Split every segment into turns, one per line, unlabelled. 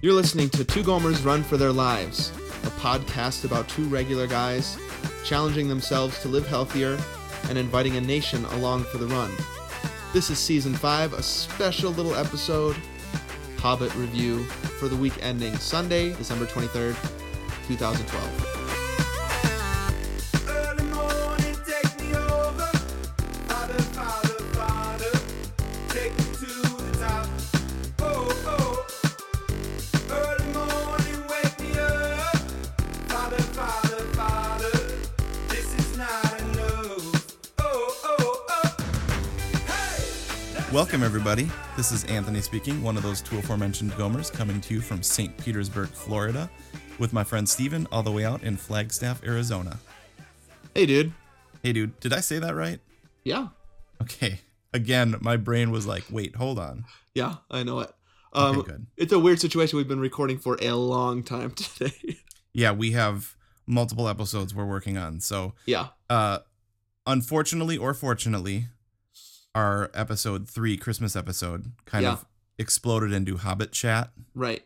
You're listening to Two Gomers Run for Their Lives, a podcast about two regular guys challenging themselves to live healthier and inviting a nation along for the run. This is season five, a special little episode, Hobbit review for the week ending Sunday, December 23rd, 2012.
Early morning, take me over. Father, father, father, take me to the top. Oh, oh. Early morning, wake me up. Father, father, father, this is not enough. Oh, oh, oh. Hey!
Welcome, everybody. This is Anthony speaking, one of those two aforementioned Gomers, coming to you from St. Petersburg, Florida, with my friend Steven, all the way out in Flagstaff, Arizona.
Hey, dude.
Hey, dude, did I say that right?
Yeah.
Okay. Again, my brain was like, wait, hold on.
Yeah, I know it. Um,
Okay, good.
It's a weird situation. We've been recording for a long time today.
Yeah, we have multiple episodes we're working on. So,
yeah.
uh, unfortunately or fortunately, our episode three, Christmas episode, kind
Yeah.
of exploded into Hobbit chat.
Right.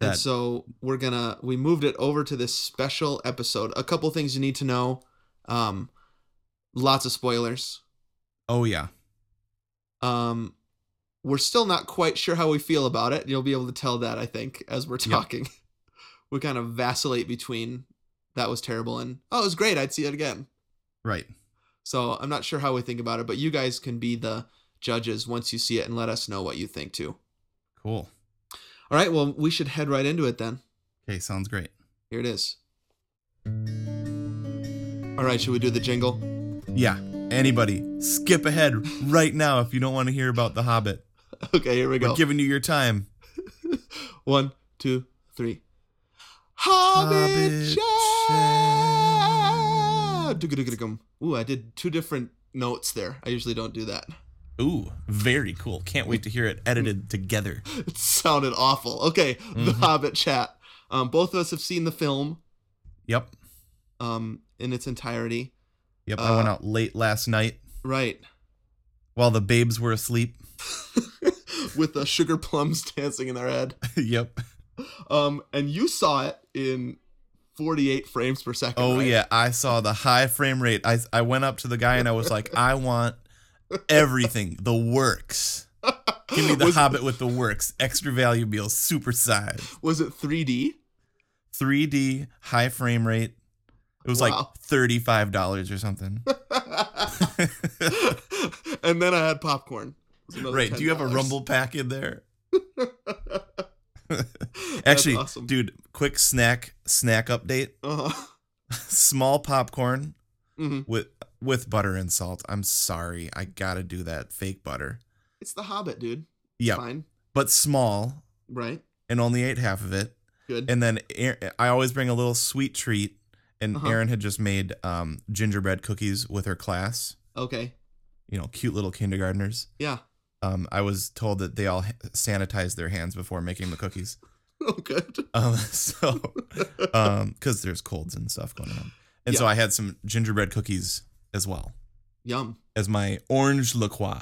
and
That
so we're gonna we moved it over to this special episode. A couple things you need to know. Um lots of spoilers.
oh yeah,
Um we're still not quite sure how we feel about it. You'll be able to tell that I think as we're
Yep.
talking. we kind of vacillate between that was terrible and oh it was great, I'd see it again.
right.
So I'm not sure how we think about it, but you guys can be the judges once you see it and let us know what you think too.
Cool.
All right, well, we should head right into it then.
Okay, sounds great.
Here it is. All right, should we do the jingle?
Yeah, anybody, skip ahead right now if you don't want to hear about The Hobbit.
Okay, here we
We're
go.
giving you your time.
One, two, three. Hobbit
Hobbit chat.
chat. Ooh, I did two different notes there. I usually don't do that.
Ooh, very cool. Can't wait to hear it edited together.
It sounded awful. Okay, the
Mhm.
Hobbit chat. Um, both of us have seen the film
Yep,
um, in its entirety.
yep.
Uh,
I went out late last night
Right.
while the babes were asleep.
With the sugar plums dancing in their head.
yep.
Um, and you saw it in 48 frames per second.
Oh
right?
yeah, I saw the high frame rate. I I went up to the guy and I was like, I want everything, the works. Give me the
was,
Hobbit with the works, extra value meal, super size,
was it 3D?
3D high frame rate. It was
Wow.
like thirty five dollars or something.
and then I had popcorn. It was another
Right. Do you have a
$10.
rumble pack in there?
That's
Actually,
awesome.
dude, quick snack snack update.
Uh-huh.
Small popcorn
Mhm.
with with butter and salt. I'm sorry. I got to do that fake butter.
It's the Hobbit, dude.
Yeah.
Fine.
But small
Right.
and only ate half of it.
Good.
And then Aaron, I always bring a little sweet treat and
Uh-huh.
Erin had just made um, gingerbread cookies with her class.
okay.
You know, cute little kindergartners.
Yeah.
Um, I was told that they all ha- sanitized their hands before making the cookies.
Oh, good.
Um, so, um, because there's colds and stuff going on, and so
Yeah.
I had some gingerbread cookies as well
Yum.
as my orange La Croix.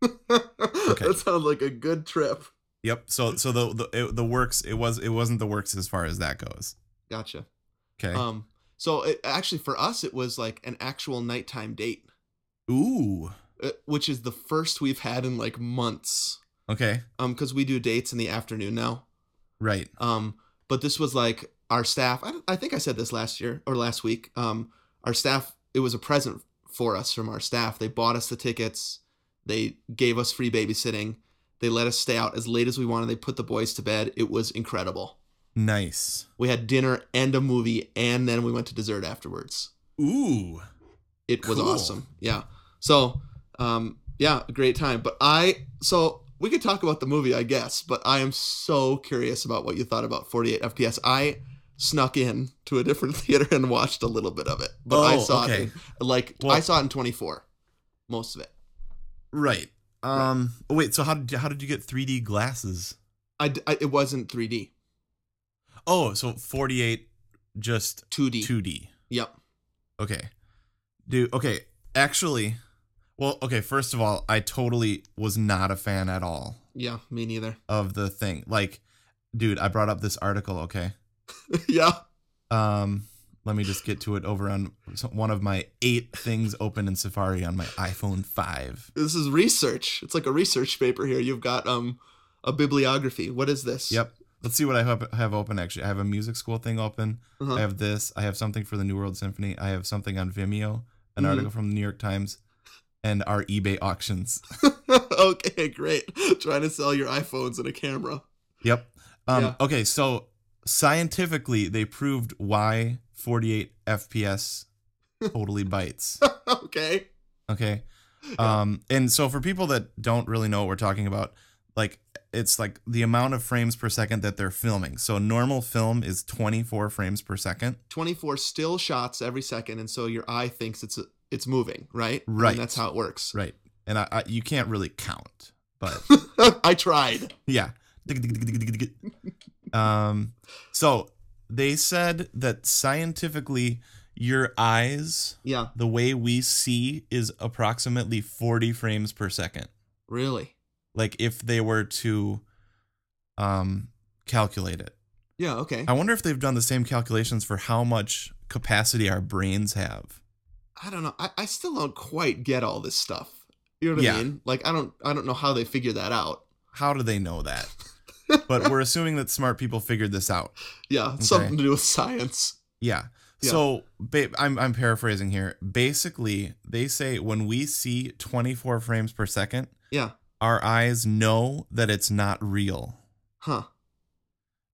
That sounds like a good trip.
Yep. So, so the the it, the works it was it wasn't the works as far as that goes.
Gotcha.
Okay.
Um, so it, actually, for us, it was like an actual nighttime date,
Ooh.
uh, which is the first we've had in like months.
Okay.
Um, because we do dates in the afternoon now.
Right.
Um, but this was like our staff. I, don't- I think I said this last year or last week. Um, our staff. It was a present for us from our staff. They bought us the tickets. They gave us free babysitting. They let us stay out as late as we wanted. They put the boys to bed. It was incredible.
Nice.
We had dinner and a movie, and then we went to dessert afterwards.
Ooh.
It was
Cool.
awesome. Yeah. So, um, yeah, a great time. But I so we could talk about the movie, I guess. But I am so curious about what you thought about 48 FPS. I snuck in to a different theater and watched a little bit of it, but I
Oh,
saw
okay.
it in- like
Well-
I saw it in 24, most of it.
Right. Um. oh, Wait. So how did you, how did you get 3D glasses?
I, d- I- it wasn't 3D,
Oh, so 48 just
2D.
2D.
Yep.
Okay. Dude, okay. Actually, well, okay, first of all, I totally was not a fan at all
Yeah, me neither.
of the thing. Like dude, I brought up this article. Okay.
yeah.
Um, let me just get to it over on so- one of my eight things open in Safari on my iPhone 5.
This is research. It's like a research paper here. You've got um a bibliography. What is this?
Yep. Let's see what I have, have open actually. I have a music school thing open.
Uh-huh.
I have this. I have something for the New World Symphony. I have something on Vimeo, an
Mhm.
article from the New York Times, and our eBay auctions.
okay, great. Trying to sell your iPhones and a camera.
Yep. Um,
Yeah.
Okay, so scientifically, they proved why 48 FPS totally bites.
okay.
Okay. Um, and so for people that don't really know what we're talking about, like it's like the amount of frames per second that they're filming. So normal film is 24 frames per second.
24 still shots every second and so your eye thinks it's it's moving, right? I mean,
Right.
that's how it works.
Right. And I, I you can't really count, but
I tried.
Yeah. um, so they said that scientifically, your eyes,
Yeah,
the way we see, is approximately 40 frames per second.
really.
Like if they were to um, calculate it.
Yeah, okay.
I wonder if they've done the same calculations for how much capacity our brains have.
I don't know. I, I still don't quite get all this stuff. You know what I
Yeah.
mean? Like I don't I don't know how they figure that out.
How do they know that? but we're assuming that smart people figured this out.
Yeah, it's something to do with science.
Yeah.
Yeah.
So ba- I'm I'm paraphrasing here. Basically, they say when we see 24 frames per second,
Yeah.
our eyes know that it's not real.
Huh.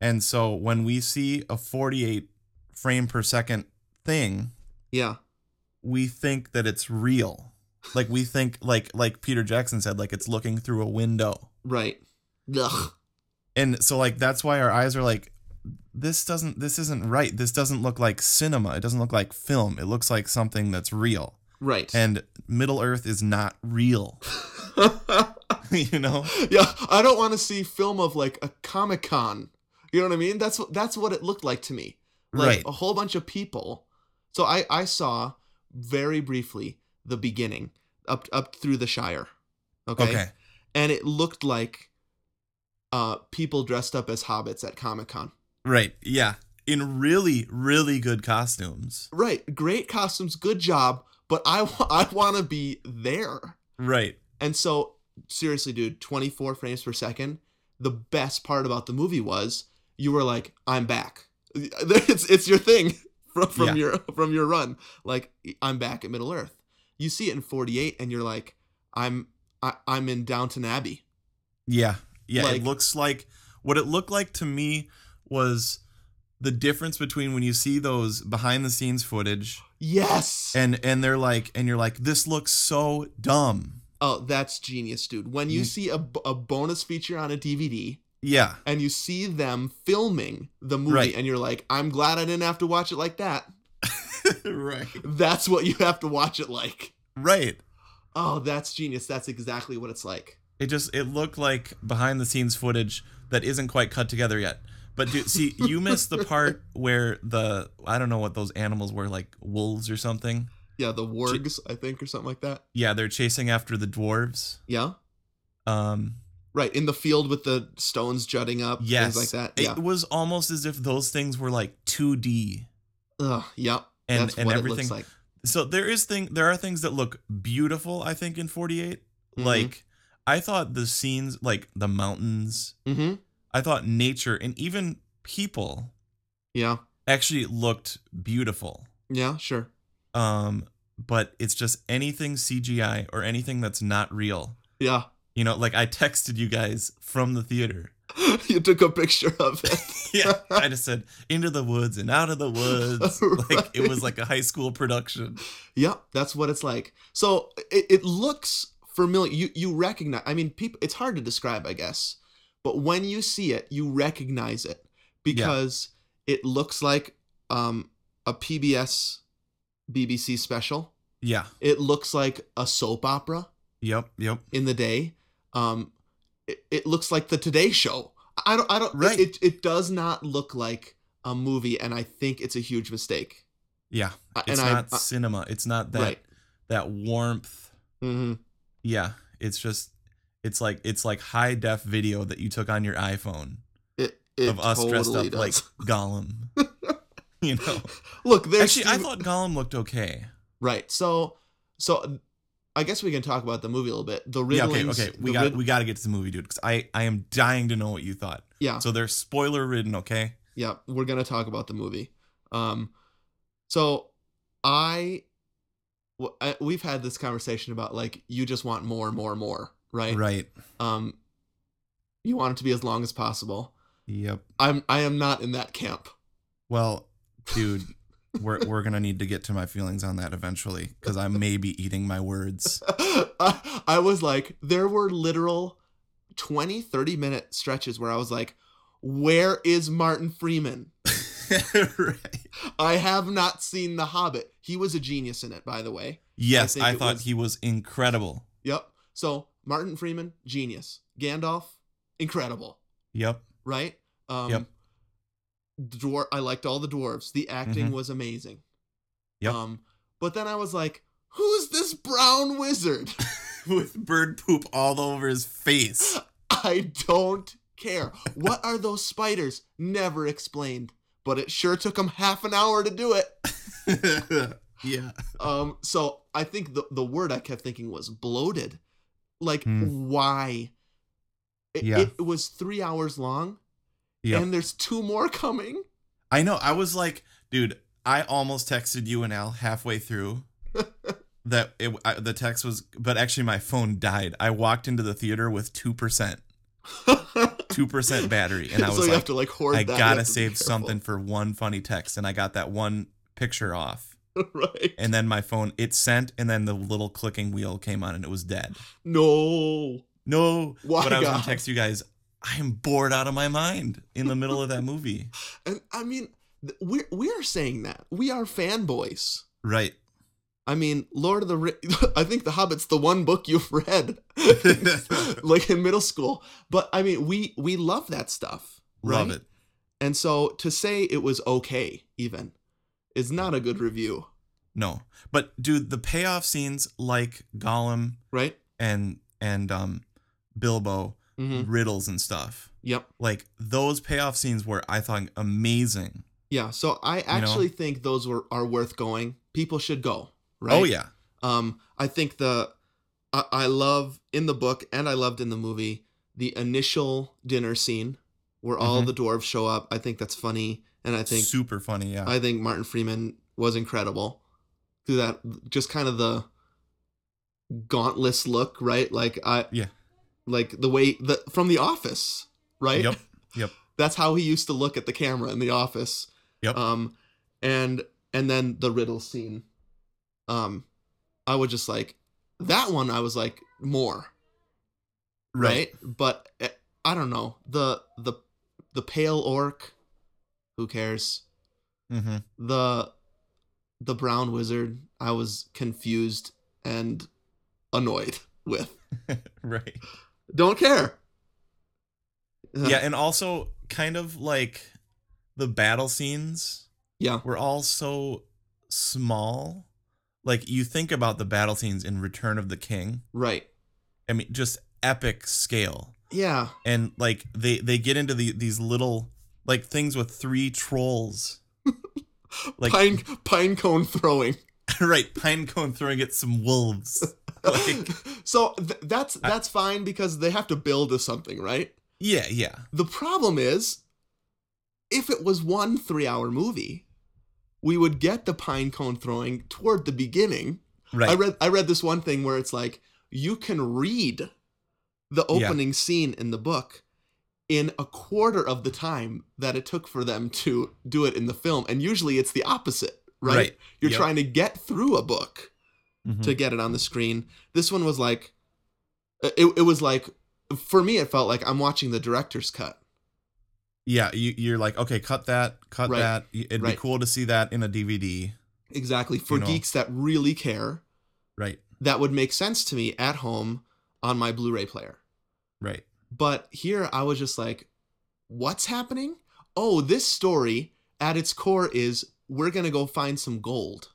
And so when we see a 48 frame per second thing,
Yeah.
we think that it's real. Like we think like like Peter Jackson said like it's looking through a window.
Right. Ugh.
And so like that's why our eyes are like this doesn't this isn't right. This doesn't look like cinema. It doesn't look like film. It looks like something that's real.
Right.
and Middle Earth is not real. you know?
yeah, I don't want to see film of like a Comic Con. You know what I mean? That's what that's what it looked like to me. Like
Right.
a whole bunch of people. So I I saw very briefly the beginning up up through the Shire. Okay.
Okay.
And it looked like uh people dressed up as hobbits at Comic Con.
Right. Yeah. In really, really good costumes.
Right. Great costumes, good job, but I wa- I want to be there.
Right.
And so, seriously, dude, 24 frames per second. The best part about the movie was you were like, "I'm back." It's it's your thing from from
Yeah.
your from your run. Like, I'm back at Middle Earth. You see it in 48, and you're like, "I'm I, I'm in Downton Abbey."
Yeah. Yeah.
Like-
it looks like what it looked like to me was the difference between when you see those behind the scenes footage
Yes.
and and they're like and you're like this looks so dumb.
oh, that's genius, dude. When you
Mhm.
see a, b- a bonus feature on a DVD
Yeah.
and you see them filming the movie,
Right.
and you're like, "I'm glad I didn't have to watch it like that."
right.
That's what you have to watch it like.
Right.
Oh, that's genius. That's exactly what it's like.
It just it looked like behind the scenes footage that isn't quite cut together yet. But dude, see, you missed the part where the I don't know what those animals were like wolves or something.
Yeah, the wargs, I think, or something like that.
Yeah, they're chasing after the dwarves.
Yeah.
Um,
Right. In the field with the stones jutting up.
yes,
Things like that. Yeah.
it was almost as if those things were like 2D.
Ugh, yep.
And-
that's
and
what it
everything-
looks like.
So there is thing there are things that look beautiful. I think in 48,
Mhm.
like I thought the scenes, like the mountains,
Mm-hmm.
I thought nature and even people
Yeah.
actually looked beautiful.
Yeah, sure.
um but it's just anything cgi or anything that's not real
Yeah.
you know like i texted you guys from the theater
you took a picture of it.
yeah i just said into the woods and out of the woods like it was like a high school production
yep. That's what it's like. So it, it looks familiar. You you recognize I mean people it's hard to describe, I guess. But when you see it, you recognize it because it looks like um a PBS BBC special.
yeah
It looks like a soap opera
yep yep
in the day. Um, it, it looks like the Today Show. I don't. I don't.
Right.
It, it does not look like a movie, and I think it's a huge mistake.
yeah
I- uh,
it's
and
not
I. I
cinema it's not that
right.
that warmth
hmm
yeah it's just it's like it's like high def video that you took on your iphone
It, It
of us dressed
totally
up
does.
like Gollum. you know,
Look, there's
actually, I
Steve-
thought Gollum looked okay.
right. So, so I guess we can talk about the movie a little bit. The
Yeah,
Riddlings.
okay, okay. We
the
got
Rid-
we got to get to the movie, dude, because I I am dying to know what you thought.
yeah,
So they're spoiler ridden, okay?
yeah. We're gonna talk about the movie. Um, so I, w- I- we've had this conversation about like you just want more, more, more, right?
Right.
Um, you want it to be as long as possible.
Yep.
I'm I am not in that camp.
Well, dude, we're we're gonna need to get to my feelings on that eventually, because I may be eating my words.
I, I was like, there were literal 20, 30 minute stretches where I was like, where is Martin Freeman?
right.
I have not seen The Hobbit. He was a genius in it, by the way.
Yes,
think
I,
it
thought
was-
he was incredible.
Yep. So Martin Freeman, genius. Gandalf, incredible.
Yep.
Right? Um,
Yep.
The dwar- I liked all the dwarves. The acting
Mhm.
was amazing.
Yep.
Um, but then I was like, who's this brown wizard?
With bird poop all over his face.
I don't care. What are those spiders? Never explained. But it sure took them half an hour to do it.
yeah.
Um, so I think the the word I kept thinking was bloated. Like
Hmm.
why? It,
Yeah.
it was three hours long,
Yeah.
and there's two more coming.
I know. I was like, dude, I almost texted you and Al halfway through that it, I, the text was, but actually my phone died. I walked into the theater with 2%, 2% battery. And I
so
was
you have
like,
to like hoard.
I
that. You
gotta
have to be
save
careful.
something for one funny text. And I got that one picture off.
right?
And then my phone, it sent, and then the little clicking wheel came on and it was dead.
No.
No.
Why
but I was gonna
God?
text you guys, I am bored out of my mind in the middle of that movie.
And I mean, th- we're we are saying that we are fanboys.
Right.
I mean, Lord of the Ri- I think The Hobbit's the one book you've read, like in middle school. But I mean, we we love that stuff, right?
Love it.
And so to say it was okay, even, is not a good review,
No. But dude, the payoff scenes like Gollum
right?
and and um Bilbo
Mm-hmm.
riddles and stuff.
Yep.
Like those payoff scenes were I thought amazing.
Yeah. So I actually think those were are worth going. People should go. Right.
Oh yeah.
Um, I think the I, I love in the book and I loved in the movie the initial dinner scene where all
Mhm.
the dwarves show up. I think that's funny, and I think
Super funny, yeah.
I think Martin Freeman was incredible through that just kind of the gauntless look, right? Like I
Yeah.
Like the way the from the office, right?
Yep. Yep.
That's how he used to look at the camera in the office.
Yep.
Um and and then the riddle scene. Um I was just like that one I was like more, right? But eh, I don't know. The the the pale orc who cares?
Mm-hmm.
the the brown wizard i was confused and annoyed with
right.
don't care Uh,
Yeah, and also kind of like the battle scenes
yeah
were all so small. Like you think about the battle scenes in Return of the King.
right
I mean, just epic scale.
yeah
and like they they get into the, these little like things with three trolls like
pine pine cone throwing
right pinecone throwing at some wolves like
so th- that's that's fine because they have to build to something right
yeah yeah
the problem is if it was one three hour movie we would get the pine cone throwing toward the beginning
right
I read I read this one thing where it's like you can read the
Yeah.
opening scene in the book in a quarter of the time that it took for them to do it in the film and usually it's the opposite right,
Right.
you're
Yep.
trying to get through a book
Mhm.
to get it on the screen this one was like it, it was like for me it felt like i'm watching the director's cut
yeah you, you're like okay cut that cut
Right.
that Y- it'd be
Right.
cool to see that in a dvd
exactly for
You know.
geeks that really care
right
that would make sense to me at home on my blu-ray player
right
But here I was just like, what's happening? Oh, this story at its core is we're going to go find some gold.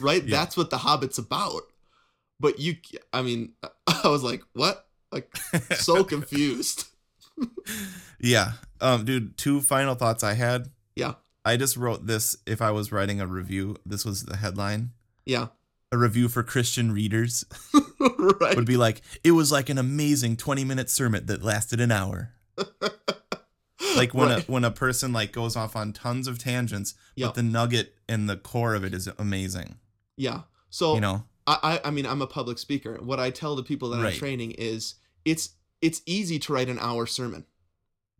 Right?
Yeah.
That's what the hobbit's about. But you I mean, I was like, what? Like so confused.
Yeah. Um, dude, two final thoughts I had.
Yeah.
I just wrote this if I was writing a review, this was the headline.
Yeah.
A review for Christian readers
right.
would be like, it was like an amazing 20 minute sermon that lasted an hour. Like when
Right.
a when a person like goes off on tons of tangents,
Yeah.
but the nugget and the core of it is amazing.
yeah. So
you know?
I, I I mean I'm a public speaker. What I tell the people that
Right.
I'm training is it's it's easy to write an hour sermon.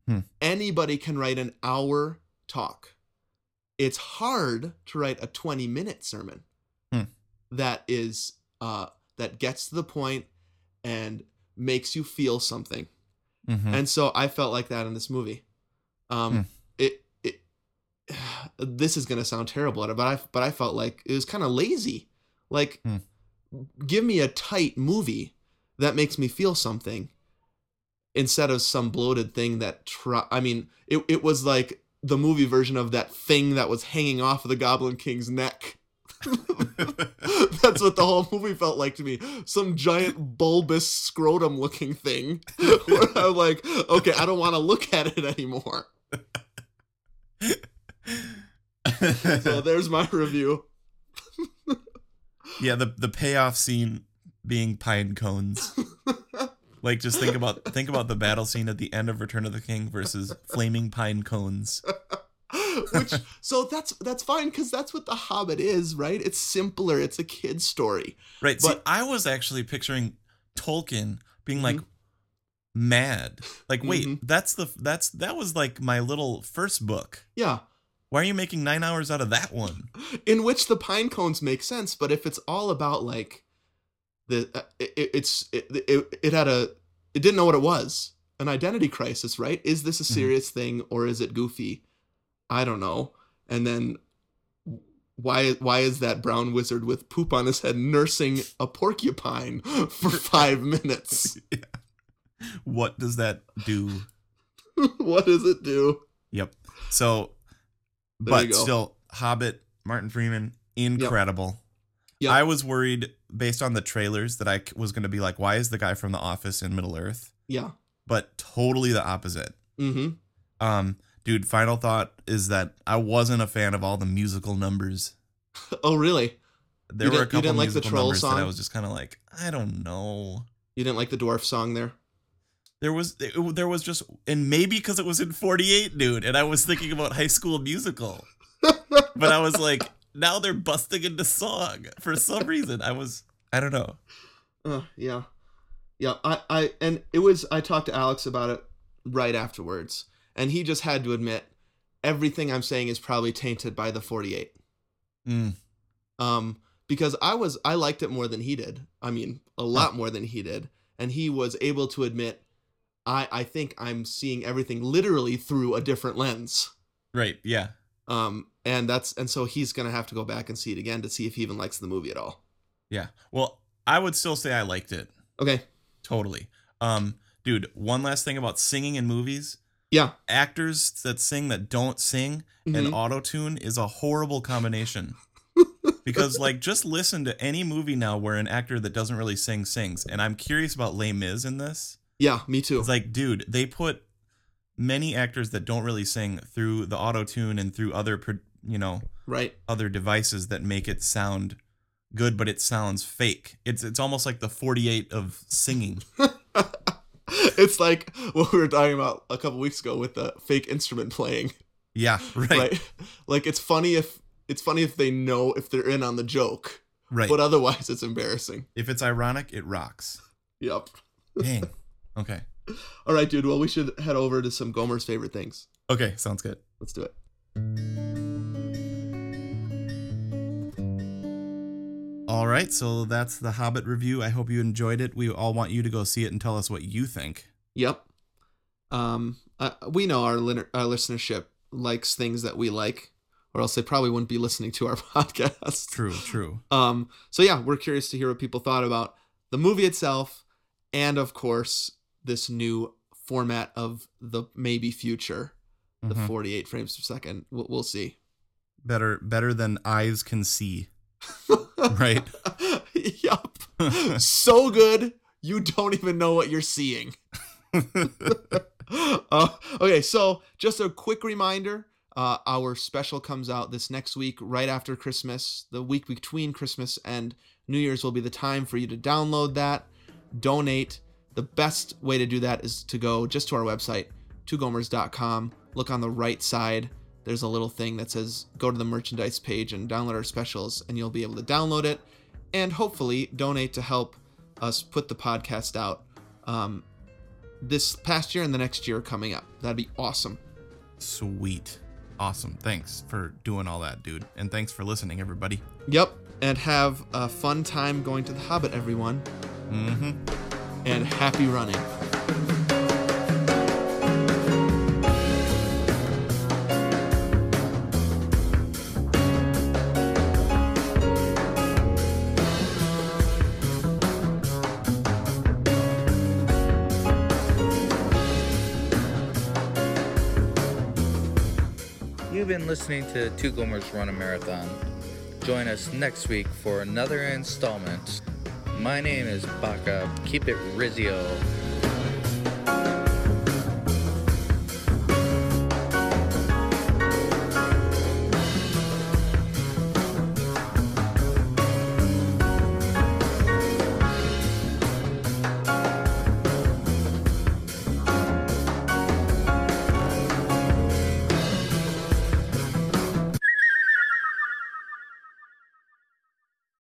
Hmm.
Anybody can write an hour talk. It's hard to write a 20 minute sermon
Hmm.
that is uh, that gets to the point and makes you feel something.
Mhm.
And so I felt like that in this movie. Um,
Hmm.
it it this is gonna sound terrible, but I but I felt like it was kind of lazy. Like,
Hmm.
give me a tight movie that makes me feel something instead of some bloated thing that try. I mean, it it was like the movie version of that thing that was hanging off of the Goblin King's neck. That's what the whole movie felt like to me. Some giant bulbous scrotum looking thing. Where I'm like, okay, I don't want to look at it anymore. So there's my review.
yeah, the the payoff scene being pine cones. Like just think about think about the battle scene at the end of Return of the King versus flaming pine cones.
Which so that's that's fine because that's what the Hobbit is, right? It's simpler. It's a kid's story.
Right. see,
But- Mm-hmm.
I was actually picturing Tolkien being like mad. Like, wait,
Mhm.
that's the that's that was like my little first book.
Yeah,
Why are you making nine hours out of that one?
in which the pine cones make sense, but if it's all about like the uh, it, it- it's it, it it had a it didn't know what it was an identity crisis, right? Is this a
Mhm.
serious thing or is it goofy? I don't know. And then why why is that brown wizard with poop on his head nursing a porcupine for five minutes?
What does that do?
what does it do?
Yep. So
There you
but
go.
still Hobbit, Martin Freeman, incredible.
Yep.
I was worried based on the trailers that I c- was going to be like, why is the guy from The Office in Middle Earth?
Yeah.
But totally the opposite.
Mm-hmm.
Um, dude, final thought is that I wasn't a fan of all the musical numbers.
Oh, really?
There
You didn't-
were a
you
couple
didn't like the
musical
troll
numbers that I
song?
was just kind of like, I don't know.
You didn't like the dwarf song there?
There was it- there was just and maybe because it was in 48, dude, and I was thinking about High School Musical, but I was like, now they're busting into song for some reason. I was I don't know.
Uh, yeah, yeah. I, I, and it was. I talked to Alex about it right afterwards, and he just had to admit everything I'm saying is probably tainted by the 48.
Mm,
Um, because I was, I liked it more than he did. I mean, a lot more than he did, and he was able to admit, I, I think I'm seeing everything literally through a different lens.
right, yeah,
Um, and that's, and so he's gonna have to go back and see it again to see if he even likes the movie at all.
yeah. Well, I would still say I liked it
Okay.
totally. Um, dude, one last thing about singing in movies.
Yeah.
actors that sing that don't sing
Mhm.
and auto tune is a horrible combination. because like just listen to any movie now where an actor that doesn't really sing sings, and I'm curious about Les Mis in this.
Yeah. Me too.
It's like, dude, they put many actors that don't really sing through the auto tune and through other pro- you know
right.
other devices that make it sound good, but it sounds fake. It's it's almost like the 48 of singing.
it's like what we were talking about a couple weeks ago with the fake instrument playing
Yeah, right,
right like it's funny if it's funny if they know if they're in on the joke
right.
but otherwise it's embarrassing
if it's ironic, it rocks.
yep
Dang. Okay.
all right dude well we should head over to some gomer's favorite things
Okay, sounds good.
let's do it
All right, so that's the Hobbit review. I hope you enjoyed it. We all want you to go see it and tell us what you think.
yep um uh, we know our, liner- our listenership likes things that we like or else they probably wouldn't be listening to our podcast
True, true.
Um, so yeah, we're curious to hear what people thought about the movie itself, and of course this new format of the maybe future, the
Mhm.
48 frames per second. We'll, we'll see.
Better better than eyes can see. Right.
yup. so good, you don't even know what you're seeing. Uh, okay, so just a quick reminder uh, our special comes out this next week, right after Christmas. The week between Christmas and New Year's will be the time for you to download that, donate. The best way to do that is to go just to our website, twogomers.com. Look on the right side. There's a little thing that says go to the merchandise page and download our specials, and you'll be able to download it and hopefully donate to help us put the podcast out. Um, this past year and the next year coming up. That'd be awesome.
Sweet. Awesome. Thanks for doing all that, dude. And thanks for listening, everybody.
Yep. And have a fun time going to the Hobbit, everyone.
Mm-hmm.
And happy running.
You've been listening to Two Gomers Run a Marathon. Join us next week for another installment. My name is Baka. Keep it Rizio.